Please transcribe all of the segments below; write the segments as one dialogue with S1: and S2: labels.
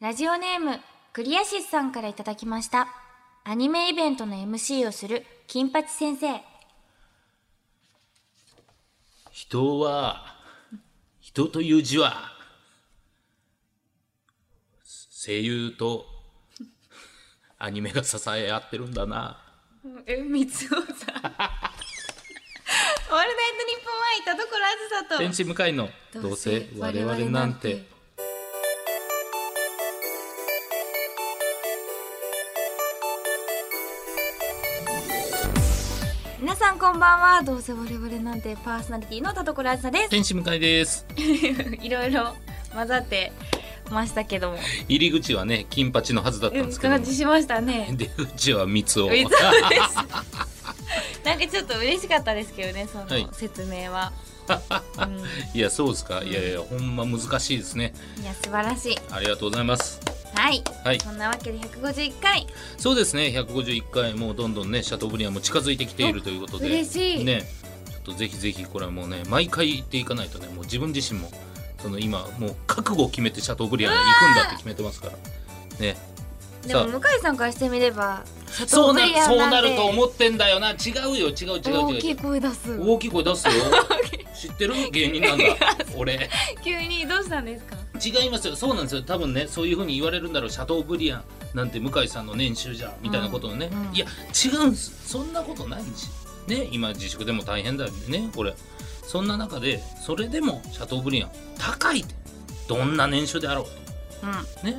S1: ラジオネーム、クリアシスさんからいただきました。アニメイベントの MC をする、金八先生。
S2: 人は、人という字は、声優とアニメが支え合ってるんだな。
S1: え、三つおさん。オールナイトニッポンはいたところあずさ
S2: 天使向かいの、どうせ我々なんて。
S1: 皆さんこんばんはどうせ我々なんてパーソナリティの田所あずさです
S2: 天使向かいです。
S1: いろいろ混ざってましたけども
S2: 入り口はね、金八の はずだったん
S1: うん
S2: ですけど、
S1: 感じしましたね
S2: 出口は三つを。
S1: 水尾です なんかちょっと嬉しかったですけどねそ
S2: はい
S1: の説明 は、うん
S2: いや、そうですか。いやいや、ほんま難しいですね。
S1: いや素晴らしい
S2: ありがとうございます。
S1: はい
S2: はい。
S1: そんなわけで151回
S2: そうですね151回もうどんどんねシャトーブリアンも近づいてきているということで
S1: お嬉しい
S2: ねちょっとぜひぜひこれはもうね毎回行っていかないとねもう自分自身もその今もう覚悟を決めてシャトーブリアンに行くんだって決めてますからね
S1: でも
S2: さ
S1: 向井さんからしてみればシャ
S2: そ
S1: ト
S2: う
S1: ーブ
S2: な
S1: リアン
S2: そう
S1: な
S2: なん
S1: て
S2: ると思ってんだよな違うよ違う違う違う
S1: 大きい声出す
S2: 大きい声 出すよ知ってる芸人なんだ俺
S1: 急にどうしたんですか
S2: 違いますよそうなんですよ多分ねそういうふうに言われるんだろうシャトーブリアンなんて向井さんの年収じゃみたいなことをね、
S1: うんうん
S2: いや違うんですそんなことないしね今自粛でも大変だよねこれそんな中でそれでもシャトーブリアン高いってどんな年収であろ
S1: うん
S2: うね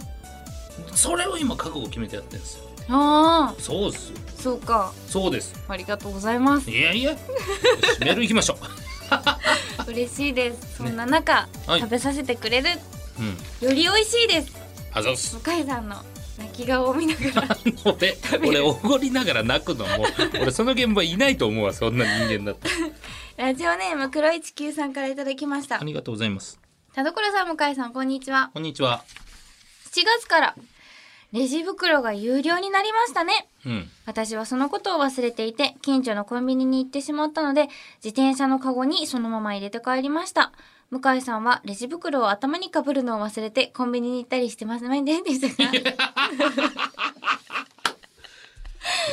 S2: それを今覚悟を決めてやってるんですよ
S1: ああ
S2: そうですよ
S1: そうか
S2: そうです
S1: ありがとうございます
S2: いやいやよしメールいきましょ
S1: 嬉しいですそんな中、
S2: はい
S1: 食べさせてくれるよ
S2: ううん
S1: り美味しいです
S2: あざっす
S1: 向井さんの泣き顔を見ながら
S2: 俺俺おごりながら泣くのもう俺その現場いないと思うわそんな人間だって
S1: ラジオネーム黒い地球さんからいただきました
S2: ありがとうございます
S1: 田所さん向井さんこんにちは
S2: こんにちは。
S1: 7月からレジ袋が有料になりましたね
S2: うん。
S1: 私はそのことを忘れていて、近所のコンビニに行ってしまったので、自転車のカゴにそのまま入れて帰りました。向井さんはレジ袋を頭にかぶるのを忘れてコンビニに行ったりしてませ んでしたか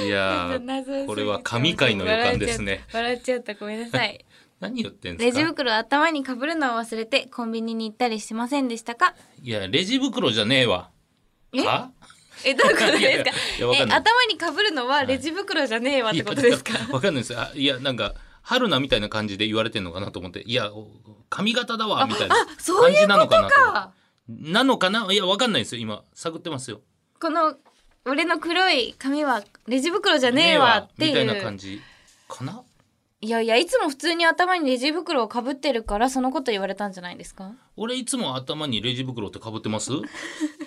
S2: いやー、これは神回の予感ですね。。
S1: 笑っちゃった、ごめんなさい。
S2: 何言ってんで
S1: レ
S2: す
S1: ジ
S2: か
S1: 袋を頭にかぶるのを忘れてコンビニに行ったりしてませんでしたか
S2: いや、レジ袋じゃねえわ。
S1: え
S2: あ
S1: え、どういうこと
S2: いやい
S1: で
S2: や
S1: すか
S2: いやわかん
S1: え、
S2: ない
S1: 頭にかぶるのはレジ袋じゃねえわってことですか
S2: いやわかんないです。あいや、なんか、春菜みたいな感じで言われてんのかなと思って、いや、お髪型だわ、みたいな
S1: あ そう
S2: 感
S1: いう
S2: じなの
S1: こと
S2: かなと思って
S1: か
S2: なのかないや、わかんないですよ。今、探ってますよ。
S1: この俺の黒い髪はレジ袋じゃねえわって
S2: ね
S1: い
S2: えわみたいな感
S1: う
S2: じかない
S1: やいやいつも普通に頭にレジ袋をかぶってるからそのこと言われたんじゃないですか
S2: 俺いつも頭にレジ袋って被っ てます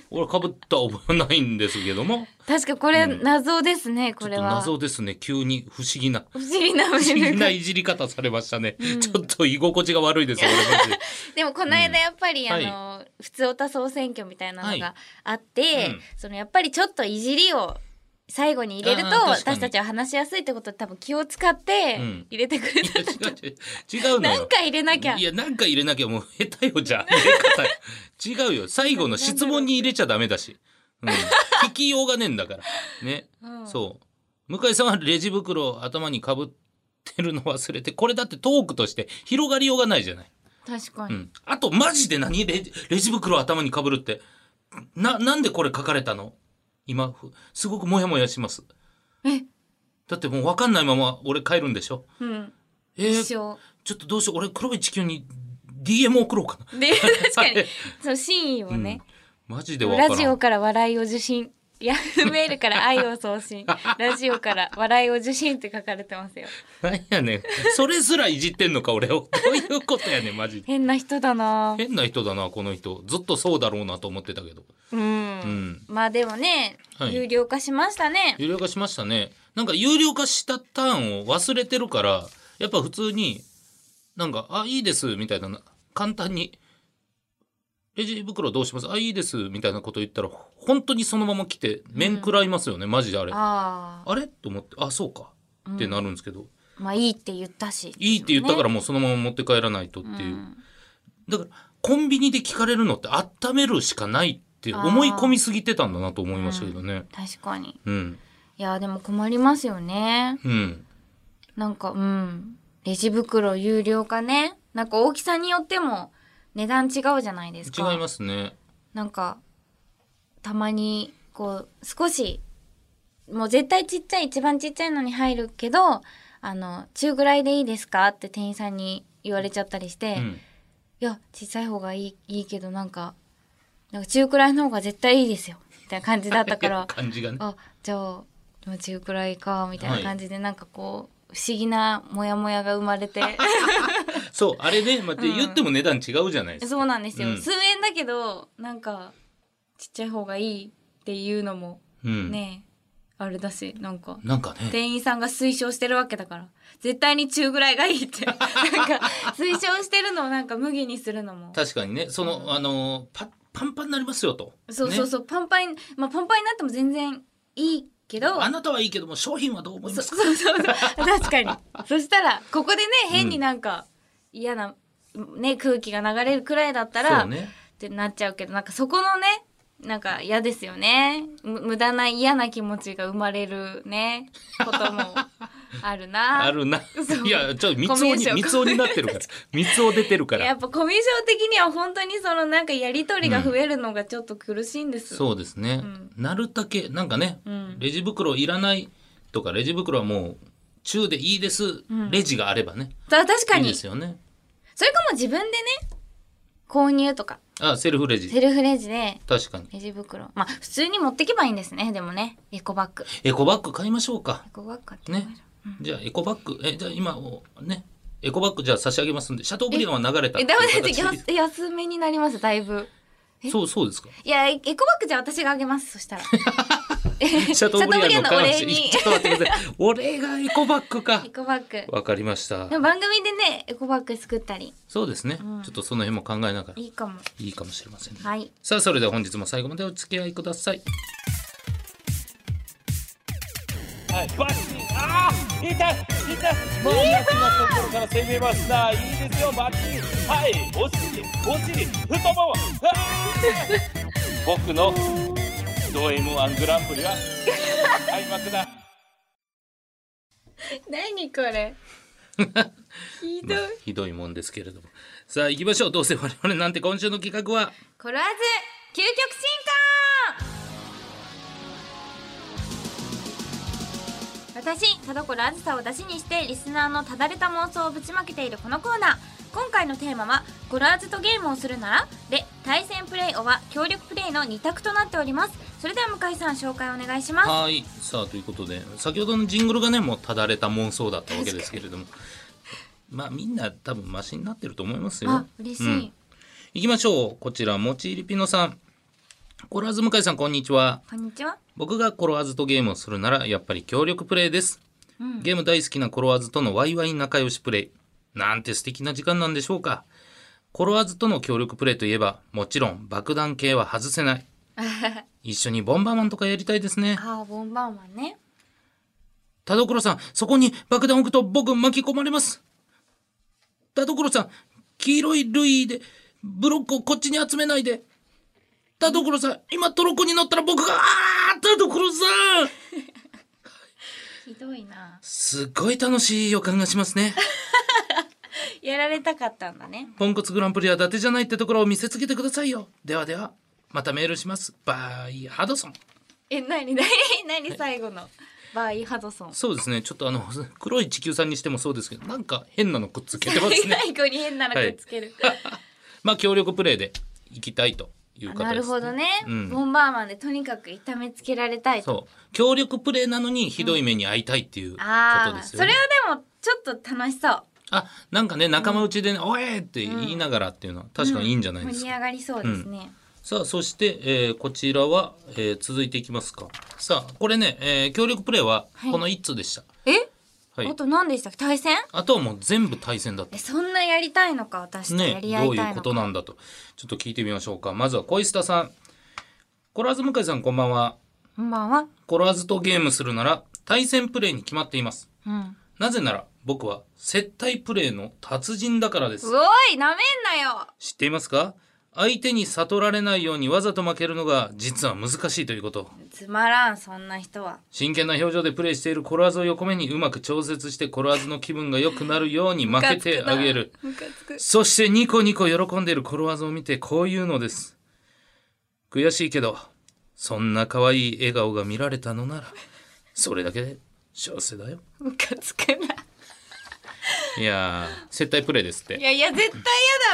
S2: 俺被った覚えはないんですけども。
S1: 確かこれ
S2: うん
S1: 謎ですね、こ
S2: ちょっ
S1: れ
S2: と
S1: は不
S2: 謎ですね。急に不思議な。
S1: 思議な
S2: 不思議な
S1: で
S2: いじり方されましたね。
S1: うん
S2: ちょっと居心地が悪いです。俺マジで
S1: もこの間やっぱり、
S2: うん
S1: あの、普通おた総選挙みたいなのがあって、
S2: うん
S1: そのやっぱりちょっといじりを最後に入れると
S2: あー確かに
S1: 私たちは話しやすいってことで多分気を使って
S2: うん
S1: 入れてくれた、
S2: いや違う違う違うのよ。
S1: なんか入れなきゃ
S2: いやなんか入れなきゃもう下手よじゃ ん。違うよ。最後の質問に入れちゃダメだし。うん、聞きようがねえんだから。ね。
S1: うん
S2: そう。向井さんはレジ袋を頭にかぶってるの忘れて、これだってトークとして広がりようがないじゃない。
S1: 確か
S2: う
S1: に、
S2: ん。あと、マジで何レジレジ袋を頭にかぶるって。な、なんでこれ書かれたの今、ふすごくモヤモヤします。
S1: え
S2: だってもう分かんないまま俺帰るんでしょ
S1: うん、
S2: え
S1: 一
S2: ー、
S1: 生
S2: ちょっとどうしよう。俺黒い地球に DM 送ろうかな。
S1: で 確か
S2: は
S1: に
S2: い
S1: その真意をね、
S2: マジで分からん。
S1: ラジオから笑いを受信ヤフーメールから愛を送 信ラジオから笑いを受信って書かれてますよ
S2: なんやねん。それすらいじってんのか俺を。 どういうことやねん、マジで。
S1: 変な人だな
S2: 変な人だな、この人。ずっとそうだろうなと思ってたけど。
S1: うん、
S2: ん
S1: まあでもね、
S2: はい
S1: 有料化しましたね
S2: 有料化しましたね。なんか有料化したターンを忘れてるから、やっぱ普通に、なんか、あ、いいです、みたいなな、簡単に、レジ袋どうしますあ、いいです、みたいなこと言ったら、本当にそのまま来て、面食らいますよね、マジであれ。あ
S1: ああ
S2: れと思って、あ、そうか、ってなるんですけど、
S1: まあいいって言ったし
S2: いいって言ったから
S1: も
S2: もうそのまま持って帰らないとっていう。
S1: ん
S2: だから、コンビニで聞かれるのって温めるしかないって思い込みすぎてたんだなと思いましたけどね。
S1: 確かに。
S2: うん。
S1: いや、でも困りますよね。
S2: うん。
S1: なんか、うん。レジ袋有料化ね。なんか大きさによっても値段違うじゃないですか。
S2: 違いますね。
S1: なんか、たまに、こう、少し、もう絶対ちっちゃい、一番ちっちゃいのに入るけど、あの、中ぐらいでいいですかって店員さんに言われちゃったりして、
S2: う
S1: い
S2: ん。
S1: や、ちっちゃい方がいい、いいけど、なんか、なんか中くらいの方が絶対いいですよ、みたいな感じだったか ら、
S2: 感じがね。
S1: あじゃあまあ中くらいかみたいな感じで、なんかこう不思議なモヤモヤが生ま れて
S2: そう、あれね、待って、
S1: うん
S2: 言っても値段違うじゃないですか。
S1: そうなんですよ、
S2: うん
S1: 数円だけどなんかちっちゃい方がいいっていうのも
S2: うん。
S1: ね、あれだしなんか
S2: なんかね。
S1: 店員さんが推奨してるわけだから絶対に中ぐらいがいいって なんか推奨してるのをなんか麦にするのも。
S2: 確かにね、その、あの、パパンパンになりますよと。
S1: そうそう
S2: ね
S1: そう、パンパンに、まあ、パンパンになっても全然いいけど
S2: あなたはいいけども、商品はどう思い
S1: そ
S2: ますか
S1: そうそうそう 確かにそしたらここでね変になんか嫌な、ね、空気が流れるくらいだったら、
S2: そうね。
S1: ってなっちゃうけどなんかそこのねなんか嫌ですよねむ無駄な嫌な気持ちが生まれるねこともあるな
S2: あるな
S1: そ。う
S2: いや、ちょ、三つ
S1: コミュ
S2: に、
S1: 障
S2: 三つになって るから。三つ出てるか
S1: や
S2: ら。
S1: っぱコミュ障的には本当にそのなんかやり取りが増えるのがちょっと苦しいんです、
S2: そうですね。
S1: ん
S2: なるだけ、なんかね、
S1: うん
S2: レジ袋いらないとか、レジ袋はもう、中でいいです、
S1: ん
S2: レジがあればね。
S1: た確か
S2: いい
S1: に
S2: ですよね。
S1: それかもう自分でね購入とか
S2: あ、セルフレジ。
S1: セルフレジで
S2: 確かに。
S1: レジ袋まあ普通に持ってけばいいんですねでもねエコバッグ
S2: エコバッグ買いましょうか
S1: エ。コバッグ買って
S2: ね。じゃあ、エコバッグ、え、じゃあ今、おね、エコバッグじゃあ差し上げますんで、シャトーブリアンは流れた
S1: えダメ
S2: っていう
S1: です
S2: 形で
S1: 安安めになりますだいぶ
S2: そう、そうですか。
S1: いやエエコバッグじゃあ私があげますそしたら
S2: シャトーブリアン
S1: シャトーブリアンの
S2: の
S1: お
S2: 話
S1: 礼に
S2: ちょっと待ってください。お礼がエコバッグか
S1: エ。コバッグ
S2: わかりました
S1: で。も番組でねエコバッグ作ったり
S2: そうですね。ちょっとその辺も考えながら
S1: いいかも
S2: いいかもしれませんね。
S1: はい
S2: さあ、それでは本日も最後までお付き合いください。
S3: はい、バッチリあー痛い痛いもう焼きのところから攻めましたいいですよバッチリはいお尻お尻太ももあー僕のド M1 グランプリは開幕だ
S1: 何これひど
S2: ま
S1: い
S2: あ、 ひどいもんですけれども。さあ、行きましょう。どうせ我々なんて今週の企画は、
S1: コラーズ究極進化私田所あずさを出しにしてリスナーのただれた妄想をぶちまけているこのコーナー今回のテーマは「コラーズとゲームをするなら?」で対戦プレイオは協力プレイの2択となっておりますそれでは向井さん紹介お願いします
S2: はい。さあ、ということで、先ほどのジングルがね、もうただれた妄想だったわけですけれども、まあ、みんな多分マシになってると思いますよ。
S1: あ嬉し
S2: うん
S1: い、
S2: 行きましょう。こちら、もちりぴのさん。コロワーズ向井さん、こんにちは。
S1: こんにちは
S2: 僕がコロワーズとゲームをするなら、やっぱり協力プレイです。
S1: うん
S2: ゲーム大好きなコロワーズとのワイワイ仲良しプレイ。なんて素敵な時間なんでしょうか。コロワーズとの協力プレイといえば、もちろん爆弾系は外せ ない。一緒にボンバーマンとかやりたいですね。
S1: あーボンバーマンね
S2: 田所さん、そこに爆弾置くと僕巻き込まれます。田所さん、黄色いルイでブロックをこっちに集めないで。田所さん、今トロッコに乗ったら僕が、あー田所さん
S1: ひどいな
S2: すっごい楽しい予感がしますね。
S1: やられたかったんだね
S2: ポンコツグランプリは伊達じゃないってところを見せつけてくださいよ。ではでは、またメールします。バイ、ハドソン。
S1: えなになになに最後のバーイハドソン
S2: そうですね、ちょっとあの、 黒い地球さんにしてもそうですけど、なんか変なのくっつけてま すね。
S1: 最後に変なのくっつける、
S2: まあ、協力プレイで行きたいという方です、
S1: なるほどね、
S2: うん
S1: ボンバーマンでとにかく痛めつけられたいと
S2: そう。協力プレイなのにひどい目に遭いたいっていうこと
S1: あ
S2: で
S1: あ
S2: す
S1: そ
S2: よ
S1: れ
S2: ね。
S1: はでもちょっと楽しそう
S2: あ、なんかね、仲間内でね、おえーって言いながらっていうのは確かにいいんじゃないです
S1: 盛
S2: か。
S1: り上がりそうですね、
S2: さあ、そして、えーこちらは、えー続いていきますか。さあ、これね、えー協力プレイは
S1: はい
S2: この1通でした。
S1: え、
S2: はい
S1: あ。と何でしたっけ対戦
S2: あとはもう全部対戦だった
S1: え。そんなやりたいのか私とや
S2: ね、
S1: り合
S2: ど
S1: いうた
S2: い
S1: いうの
S2: こ
S1: か、
S2: となんだと。ちょっと聞いてみましょうか。まずは小石田さん。コラーズ向井さんこんばんは。
S1: こんばんは
S2: コラーズとゲームするなら対戦プレイに決まっています。
S1: うん
S2: なぜなら僕は接待プレイの達人だからです
S1: お。いなめんなよ
S2: 知っていますか相手に悟られないようにわざと負けるのが実は難しいということ
S1: つまらんそんな人は
S2: 真剣な表情でプレイしているコラーズを横目にうまく調節してコラーズの気分が良くなるように負けてあげる
S1: ムカつく
S2: そしてニコニコ喜んでいるコロワーズを見てこう言うのです。悔しいけど、そんな可愛い笑顔が見られたのなら、それだけで幸せだよ。
S1: ムカつくない
S2: やー、接待プレイですっ
S1: い
S2: て。
S1: やいや絶対や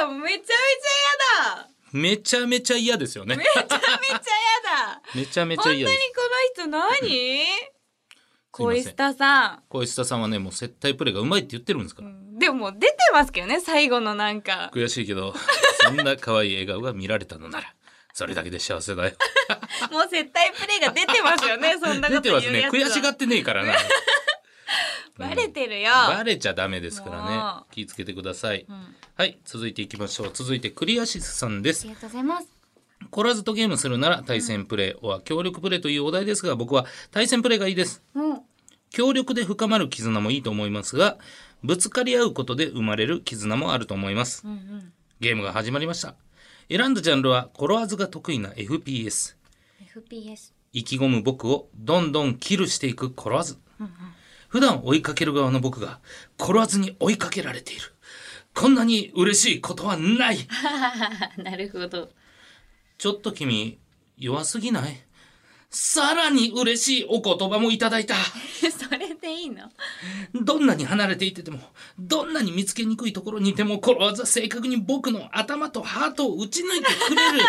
S1: だめちゃめちゃやだ
S2: めちゃめちゃ嫌ですよね。
S1: めちゃめちゃやだ
S2: めちゃめちゃ
S1: 本当に
S2: 嫌
S1: こ
S2: です。
S1: の人何小石田さん
S2: 小石田さんはね、もう接待プレイがうまいって言ってるんですから。
S1: でも出てますけどね最後のなんか
S2: 悔しいけ ど、そんな可愛い笑顔が見られたのなら、それだけで幸せだよ。
S1: もう絶対プレイが出てますよ ねそんなこ
S2: 出
S1: と
S2: て
S1: 言
S2: ま
S1: う
S2: す
S1: や
S2: ね。
S1: つは
S2: 悔しがってねえからな。
S1: バレてるよ、
S2: バレちゃダメですから
S1: も
S2: ね。気ぃつけてください。
S1: うん、あ
S2: はい、続いていきましょう。続いてクリアシスさんです
S1: り。がとうございます
S2: コラズとゲームするなら対戦プレイは協力プレイというお題ですが、僕は対戦プレイがいいです。
S1: うん
S2: 協力で深まる絆もいいと思いますが、ぶつかり合うことで生まれる絆もあると思います
S1: う。んうん
S2: ゲームが始まりました。選んだジャンルはコロワーズが得意な FPS。
S1: FPS
S2: 意気込む僕をどんどんキルしていくコロワーズ。普段追いかける側の僕がコロワーズに追いかけられている。こんなに嬉しいことはない
S1: なるほど
S2: ちょっと君、弱すぎないさらに嬉しいお言葉もいただいた。
S1: それでいいの
S2: どんなに離れていてても、どんなに見つけにくいところにいても、この技正確に僕の頭とハートを打ち抜いてくれる。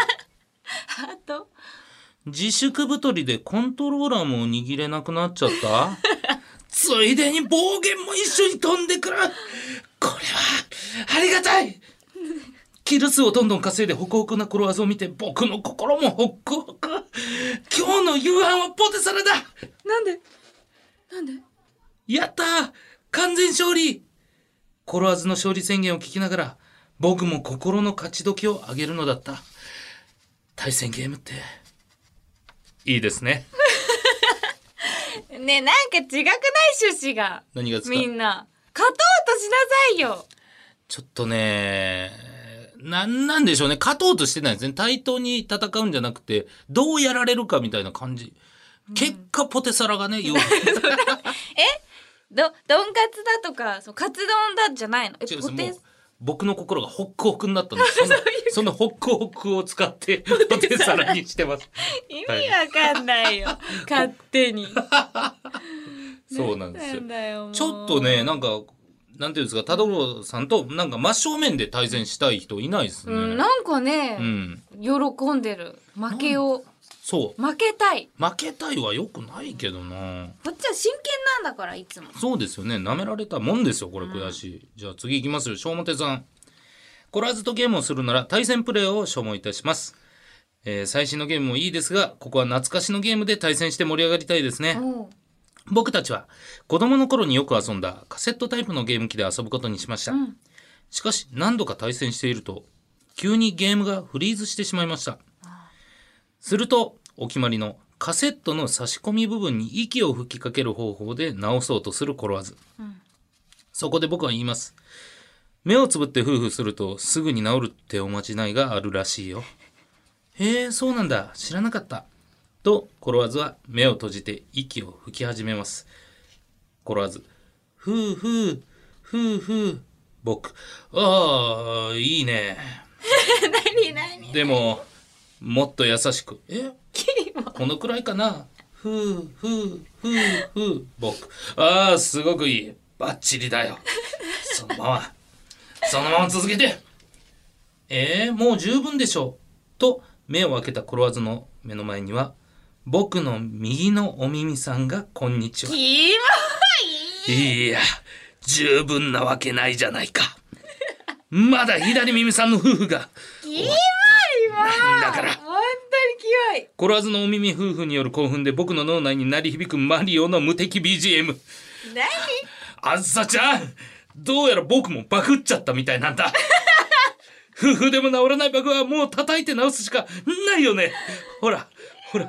S1: ハート
S2: 自粛太りでコントローラーも握れなくなっちゃったついでに暴言も一緒に飛んでくるこれはありがたいキル数をどんどん稼いでホクホクなコロワーズを見て僕の心もホックホク今日の夕飯はポテサラだ
S1: なんでなんで
S2: やったー完全勝利コロワーズの勝利宣言を聞きながら、僕も心の勝ち時を上げるのだった。対戦ゲームって、いいですね。
S1: ねえなんか違くない趣旨が
S2: 何がですか
S1: みんな勝とうとしなさいよ
S2: ちょっとね、なんなんでしょうね。勝とうとしてないですね。対等に戦うんじゃなくて、どうやられるかみたいな感じ。結果、ポテサラがね、よ
S1: どどんかつだとかそうカツ丼だじゃないのえ
S2: 違うん
S1: ポテ
S2: ですもう僕の心がホックホクになったんです。そのそのホックホクを使って、ポテサラにしてます。
S1: 意味わかんないよ勝手に
S2: そうなんですよ
S1: だよもう
S2: ちょっとね、なんか、なんていうんですか、田所さんと、なんか真正面で対戦したい人いないですね。
S1: うん、なんかね
S2: う、ん
S1: 喜んでる負けを
S2: そう。
S1: 負けたい
S2: 負けたいは良くないけどな。
S1: こっちは真剣なんだからいつも
S2: そうですよね。舐められたもんですよ、これ悔しい。じゃあ次行きますよ、小表さん。コラーズとゲームをするなら対戦プレーを所望いたします。えー最新のゲームもいいですが、ここは懐かしのゲームで対戦して盛り上がりたいですね。
S1: おう
S2: 僕たちは子供の頃によく遊んだカセットタイプのゲーム機で遊ぶことにしました。
S1: ん
S2: しかし何度か対戦していると、急にゲームがフリーズしてしまいました。すると、お決まりのカセットの差し込み部分に息を吹きかける方法で直そうとするコロワズ。そこで僕は言います。目をつぶって夫婦するとすぐに治るっておまじないがあるらしいよ。へえ、そうなんだ。知らなかった。と、コロワズは目を閉じて息を吹き始めます。コロワズ。ふうふう、ふうふう。僕。ああ、いいね。
S1: 何何
S2: でも、もっと優しく。えこのくらいかな。ふうふう、ふうふう。僕。ああ、すごくいい。バッチリだよ。そのまま。そのまま続けて。えー、もう十分でしょう。と、目を開けたコロワズの目の前には、僕の右のお耳さんが、こんにちは。
S1: キモ
S2: いや、十分なわけないじゃないか。まだ左耳さんの夫婦が。
S1: いキモいわ
S2: だから
S1: 本当にキモい
S2: コロワズのお耳夫婦による興奮で僕の脳内に鳴り響くマリオの無敵 BGM。
S1: 何
S2: あずさちゃんどうやら僕もバグっちゃったみたいなんだ。夫婦でも治らないバグはもう叩いて治すしかないよね。ほら、ほら、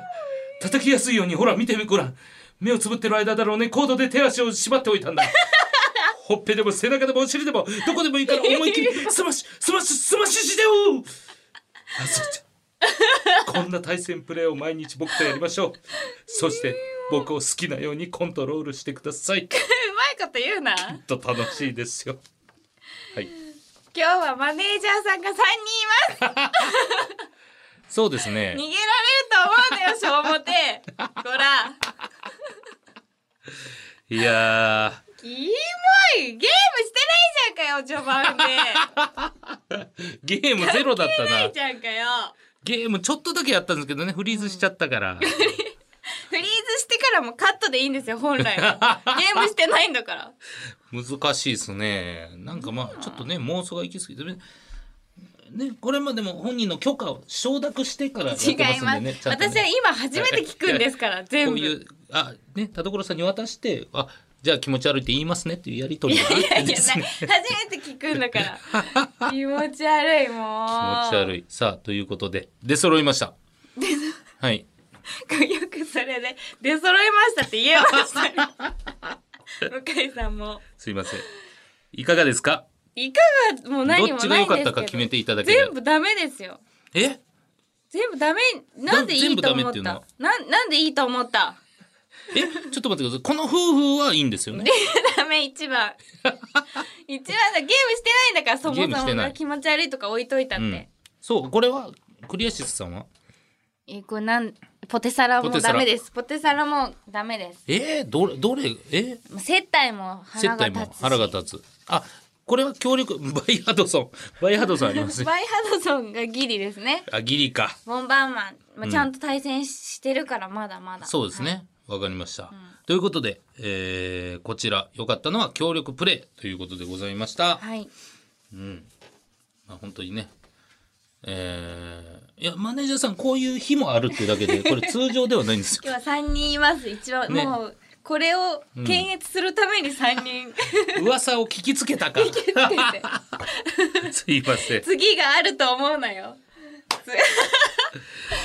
S2: 叩きやすいようにほら見てみ、ごらん。目をつぶってる間だろうね、コードで手足を縛っておいたんだ。ほっぺでも背中でもお尻でもどこでもいいから思いっきりスマッシュスマッシュスマッシュしてよあそうじゃこんな対戦プレーを毎日僕とやりましょうそして僕を好きなようにコントロールしてくださいき
S1: い
S2: っ
S1: こと言うな
S2: と楽しいですよはい
S1: 今日はマネージャーさんが3人います
S2: そうです
S1: 逃
S2: ね
S1: げられると思うんだよ小表ほら
S2: いや
S1: キモいゲームしてないじゃんかよ序盤 で
S2: ーゲームゼロだった
S1: な
S2: ない
S1: じゃんかよ
S2: ゲームちょっとだけやったんですけどねフリーズしちゃったから
S1: フリーズしてからもカットでいいんですよ本来 はゲームしてないんだから
S2: 難しいですねなんかまあちょっとね妄想が行き過ぎてねねこれまでも本人の許可を承諾してからやっ
S1: 違
S2: てま
S1: い
S2: すん
S1: ます
S2: でねちゃんとね
S1: 私は今初めて聞くんですから全
S2: こ
S1: 部
S2: う
S1: い
S2: いうあね田所さんに渡してあじゃあ気持ち悪いって言いますねっていうやり取りがあっ
S1: や
S2: て
S1: いやな
S2: です
S1: 初
S2: ね
S1: めて聞くんだから 気持ち悪いもう
S2: 気持ち悪いさあということで出揃いましたはい
S1: よくそれで出揃いましたって言えましたね 向井さんも
S2: すいませんいかがですか
S1: いかがもう何もない
S2: ど
S1: んで
S2: っ
S1: す
S2: ち
S1: け
S2: が
S1: ど
S2: 良かったか決めていただければ
S1: 全部ダメですよ
S2: え
S1: 全部ダメなんでいいと思
S2: 全部ダメ
S1: っ
S2: ってい
S1: た
S2: うのは
S1: なんなんでいいと思った
S2: えちょっと待ってくださいこの夫婦はいいんですよね
S1: ダメ 一番一番だゲームしてないんだからそも
S2: ゲームし
S1: そ
S2: て
S1: も
S2: な
S1: が
S2: い
S1: 気持ち悪いとか置いといたっ
S2: う
S1: て、
S2: んそうこれはクリアシスさんは
S1: えこれなんポテサラも
S2: ポテサ
S1: ダ
S2: ラ
S1: メですポテサラもダメです
S2: えー、どれどれえ
S1: 接待も
S2: 接
S1: 腹が
S2: 待
S1: 立
S2: も
S1: つし
S2: 腹が立つあこれは協力 バイハドソンバイハドソンあり ますね
S1: バイハドソンがギリですね
S2: あギリか
S1: ボンバーマン、まあ、ちゃんと対戦してるからまだまだ、
S2: そうですね。わかりました。ということで、えーこちら良かったのは協力プレイということでございました。
S1: はい
S2: まあ、本当にね。えーいやマネージャーさんこういう日もあるっていうだけでこれ通常ではないんですよ。
S1: 今日は3人います一番、
S2: ね
S1: もうこれを検閲するために3人、
S2: 噂を 聞きつけたか。すいません。
S1: 次があると思うなよ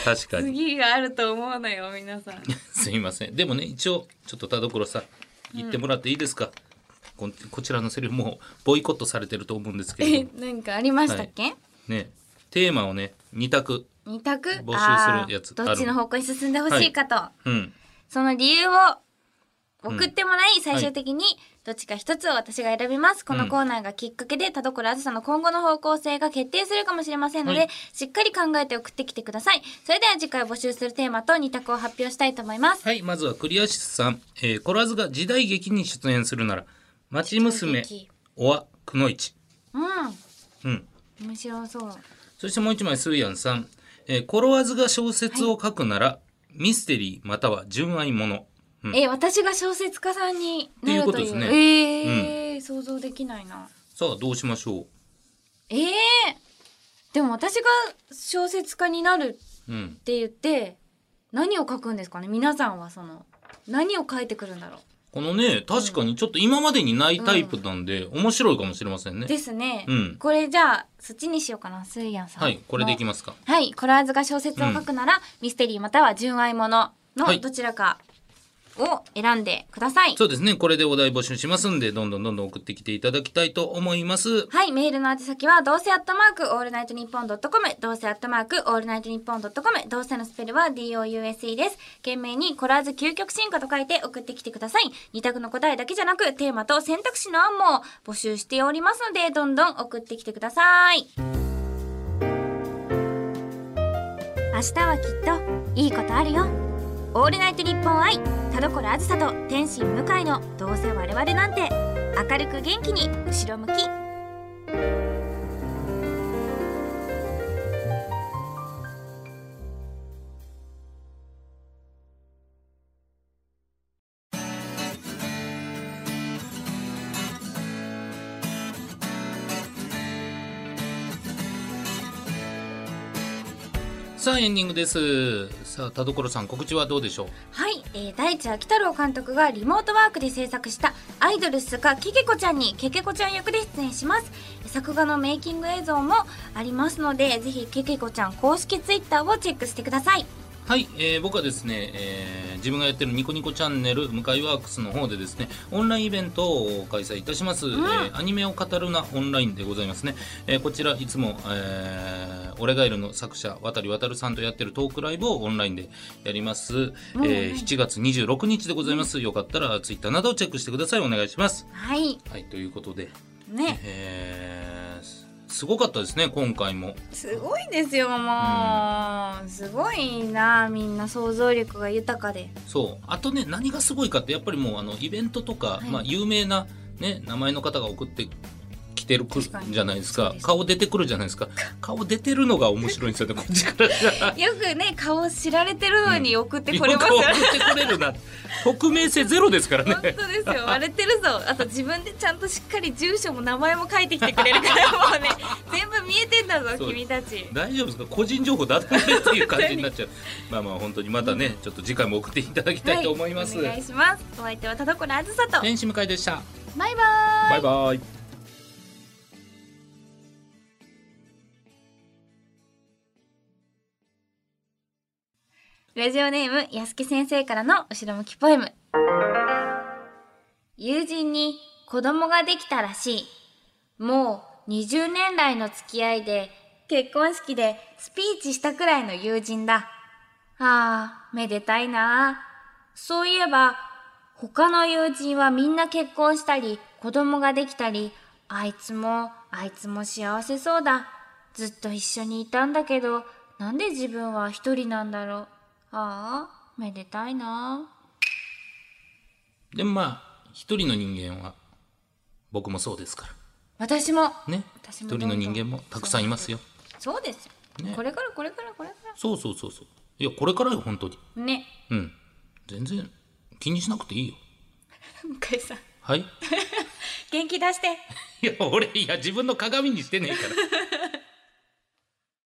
S2: 確かに。
S1: 次があると思うなよ皆さん
S2: すいません。でもね一応ちょっと田所さん言ってもらっていいですか。こんこちらのセリフもうボイコットされてると思うんですけれ
S1: え
S2: ども
S1: なんかありましたっけ、
S2: ねテーマをね2択
S1: 二択
S2: 募集するやつ
S1: あーどっちの方向に進んでほしいかと、
S2: うん
S1: その理由を送ってもらい、最終的にどっちか一つを私が選びます。このコーナーがきっかけで田所あずさの今後の方向性が決定するかもしれませんので、
S2: はい
S1: しっかり考えて送ってきてください。それでは次回募集するテーマと二択を発表したいと思います。
S2: はい、まずはクリアシスさん。えー、コラズが時代劇に出演するなら、町娘
S1: 時、
S2: おわ、くのいち。うん。
S1: うん、面白そう。
S2: そしてもう一枚、スーヤンさん。えー、コロワズが小説を書くなら、ミステリーまたは純愛もの。うん。
S1: え、私が小説家さんになると
S2: ってい
S1: いうう。
S2: ことですね
S1: えー想像できないな。
S2: さあ、どうしましょ
S1: えー、でも私が小説家になる
S2: う。うん
S1: っ。て言って何を書くんですかね皆さんはその何を書いてくるんだろ
S2: このね、確かにちょっと今までにないタイプなんで、面白いかもしれません
S1: う
S2: ね。
S1: ですね、
S2: うん
S1: これじゃあそっちにしようかなスーヤンさん
S2: はい、これでいき
S1: ま
S2: ますか。
S1: すはいコラーズが小説を書くなら、ミステリーまたは純愛もの
S2: は
S1: の
S2: い
S1: どちらかを選んでください、
S2: そうですね、これでお題募集しますんで、どんどんどんどん送ってきていただきたいと思います。
S1: はい、メールの宛先は、どうせアットマーク、オールナイトニッポンドットコム、どうせアットマーク、オールナイトニッポンドットコム、どうせのスペルは DOUSE です。懸命に、コラーズ究極進化と書いて送ってきてください。二択の答えだけじゃなく、テーマと選択肢の案も募集しておりますので、どんどん送ってきてください。明日はきっといいことあるよオールナイト日本愛田所あずさと天心向井のどうせ我々なんて明るく元気に後ろ向き
S2: さあ、エンディングです。さあ、田所さん、告知はどうでしょう
S1: はい、えー、大地秋太郎監督がリモートワークで制作した「アイドルスカけけこちゃん」にけけこちゃん役で出演します作画のメイキング映像もありますのでぜひけけこちゃん公式ツイッターをチェックしてください
S2: はい、えー僕はですね、えー自分がやってるニコニコチャンネル向井ワークスの方でですねオンラインイベントを開催いたします、えーアニメを語るなオンラインでございますね、えーこちらいつも、えー俺がいるの作者渡り渡さんとやってるトークライブをオンラインでやります、
S1: うん
S2: えー7月26日でございますよかったらツイッターなどをチェックしてくださいお願いします
S1: はい
S2: はいということで
S1: ね
S2: えーすすごかったですね今回も
S1: すごいですよもう、すごいなみんな想像力が豊かで
S2: そうあとね何がすごいかってやっぱりもうあのイベントとか、
S1: はい
S2: まあ、有名な、ね、名前の方が送ってきてるくる
S1: 確かに
S2: じゃないです
S1: そ
S2: か
S1: うです
S2: 顔出てくるじゃないですか顔出てるのが面白いんですよ ねこっちからじゃ
S1: よくね顔知られてるのに送ってこれます
S2: よ
S1: よ
S2: く
S1: ね、
S2: 送ってこれるな匿名性ゼロですから
S1: 本当で
S2: ね
S1: す よ割れてるぞあと自分でちゃんとしっかり住所も名前も書いてきてくれるからもう ね全部見えてんだぞ
S2: そう
S1: 君たち
S2: 大丈夫ですか個人情報だってっていう感じになっちゃうまあまあ本当にまたねちょっと次回も送っていただきたいと思います、
S1: はお願いしますお相手は田所あずさと
S2: 天使向井でした
S1: バイバーイ
S2: バイバイ
S1: ラジオネーム安木先生からの後ろ向きポエム友人に子供ができたらしいもう20年来の付き合いで結婚式でスピーチしたくらいの友人だああめでたいなあそういえば他の友人はみんな結婚したり子供ができたりあいつもあいつも幸せそうだずっと一緒にいたんだけどなんで自分は一人なんだろうああめでたいなあ
S2: でもまあ一人の人間は僕もそうですから
S1: 私も
S2: ね、
S1: 私
S2: 一
S1: もどん
S2: 人
S1: どん
S2: の人間もたくさんいますよ。
S1: そうですよ、
S2: ね
S1: これからこれからこれか
S2: そうそうそうそう。いや、これからよ、本当に。
S1: らね
S2: うん。全然気にしなくていいよ。
S1: 向井さん
S2: はい。い
S1: 元気出して
S2: や、俺、いや、自分の鏡にしてねえから。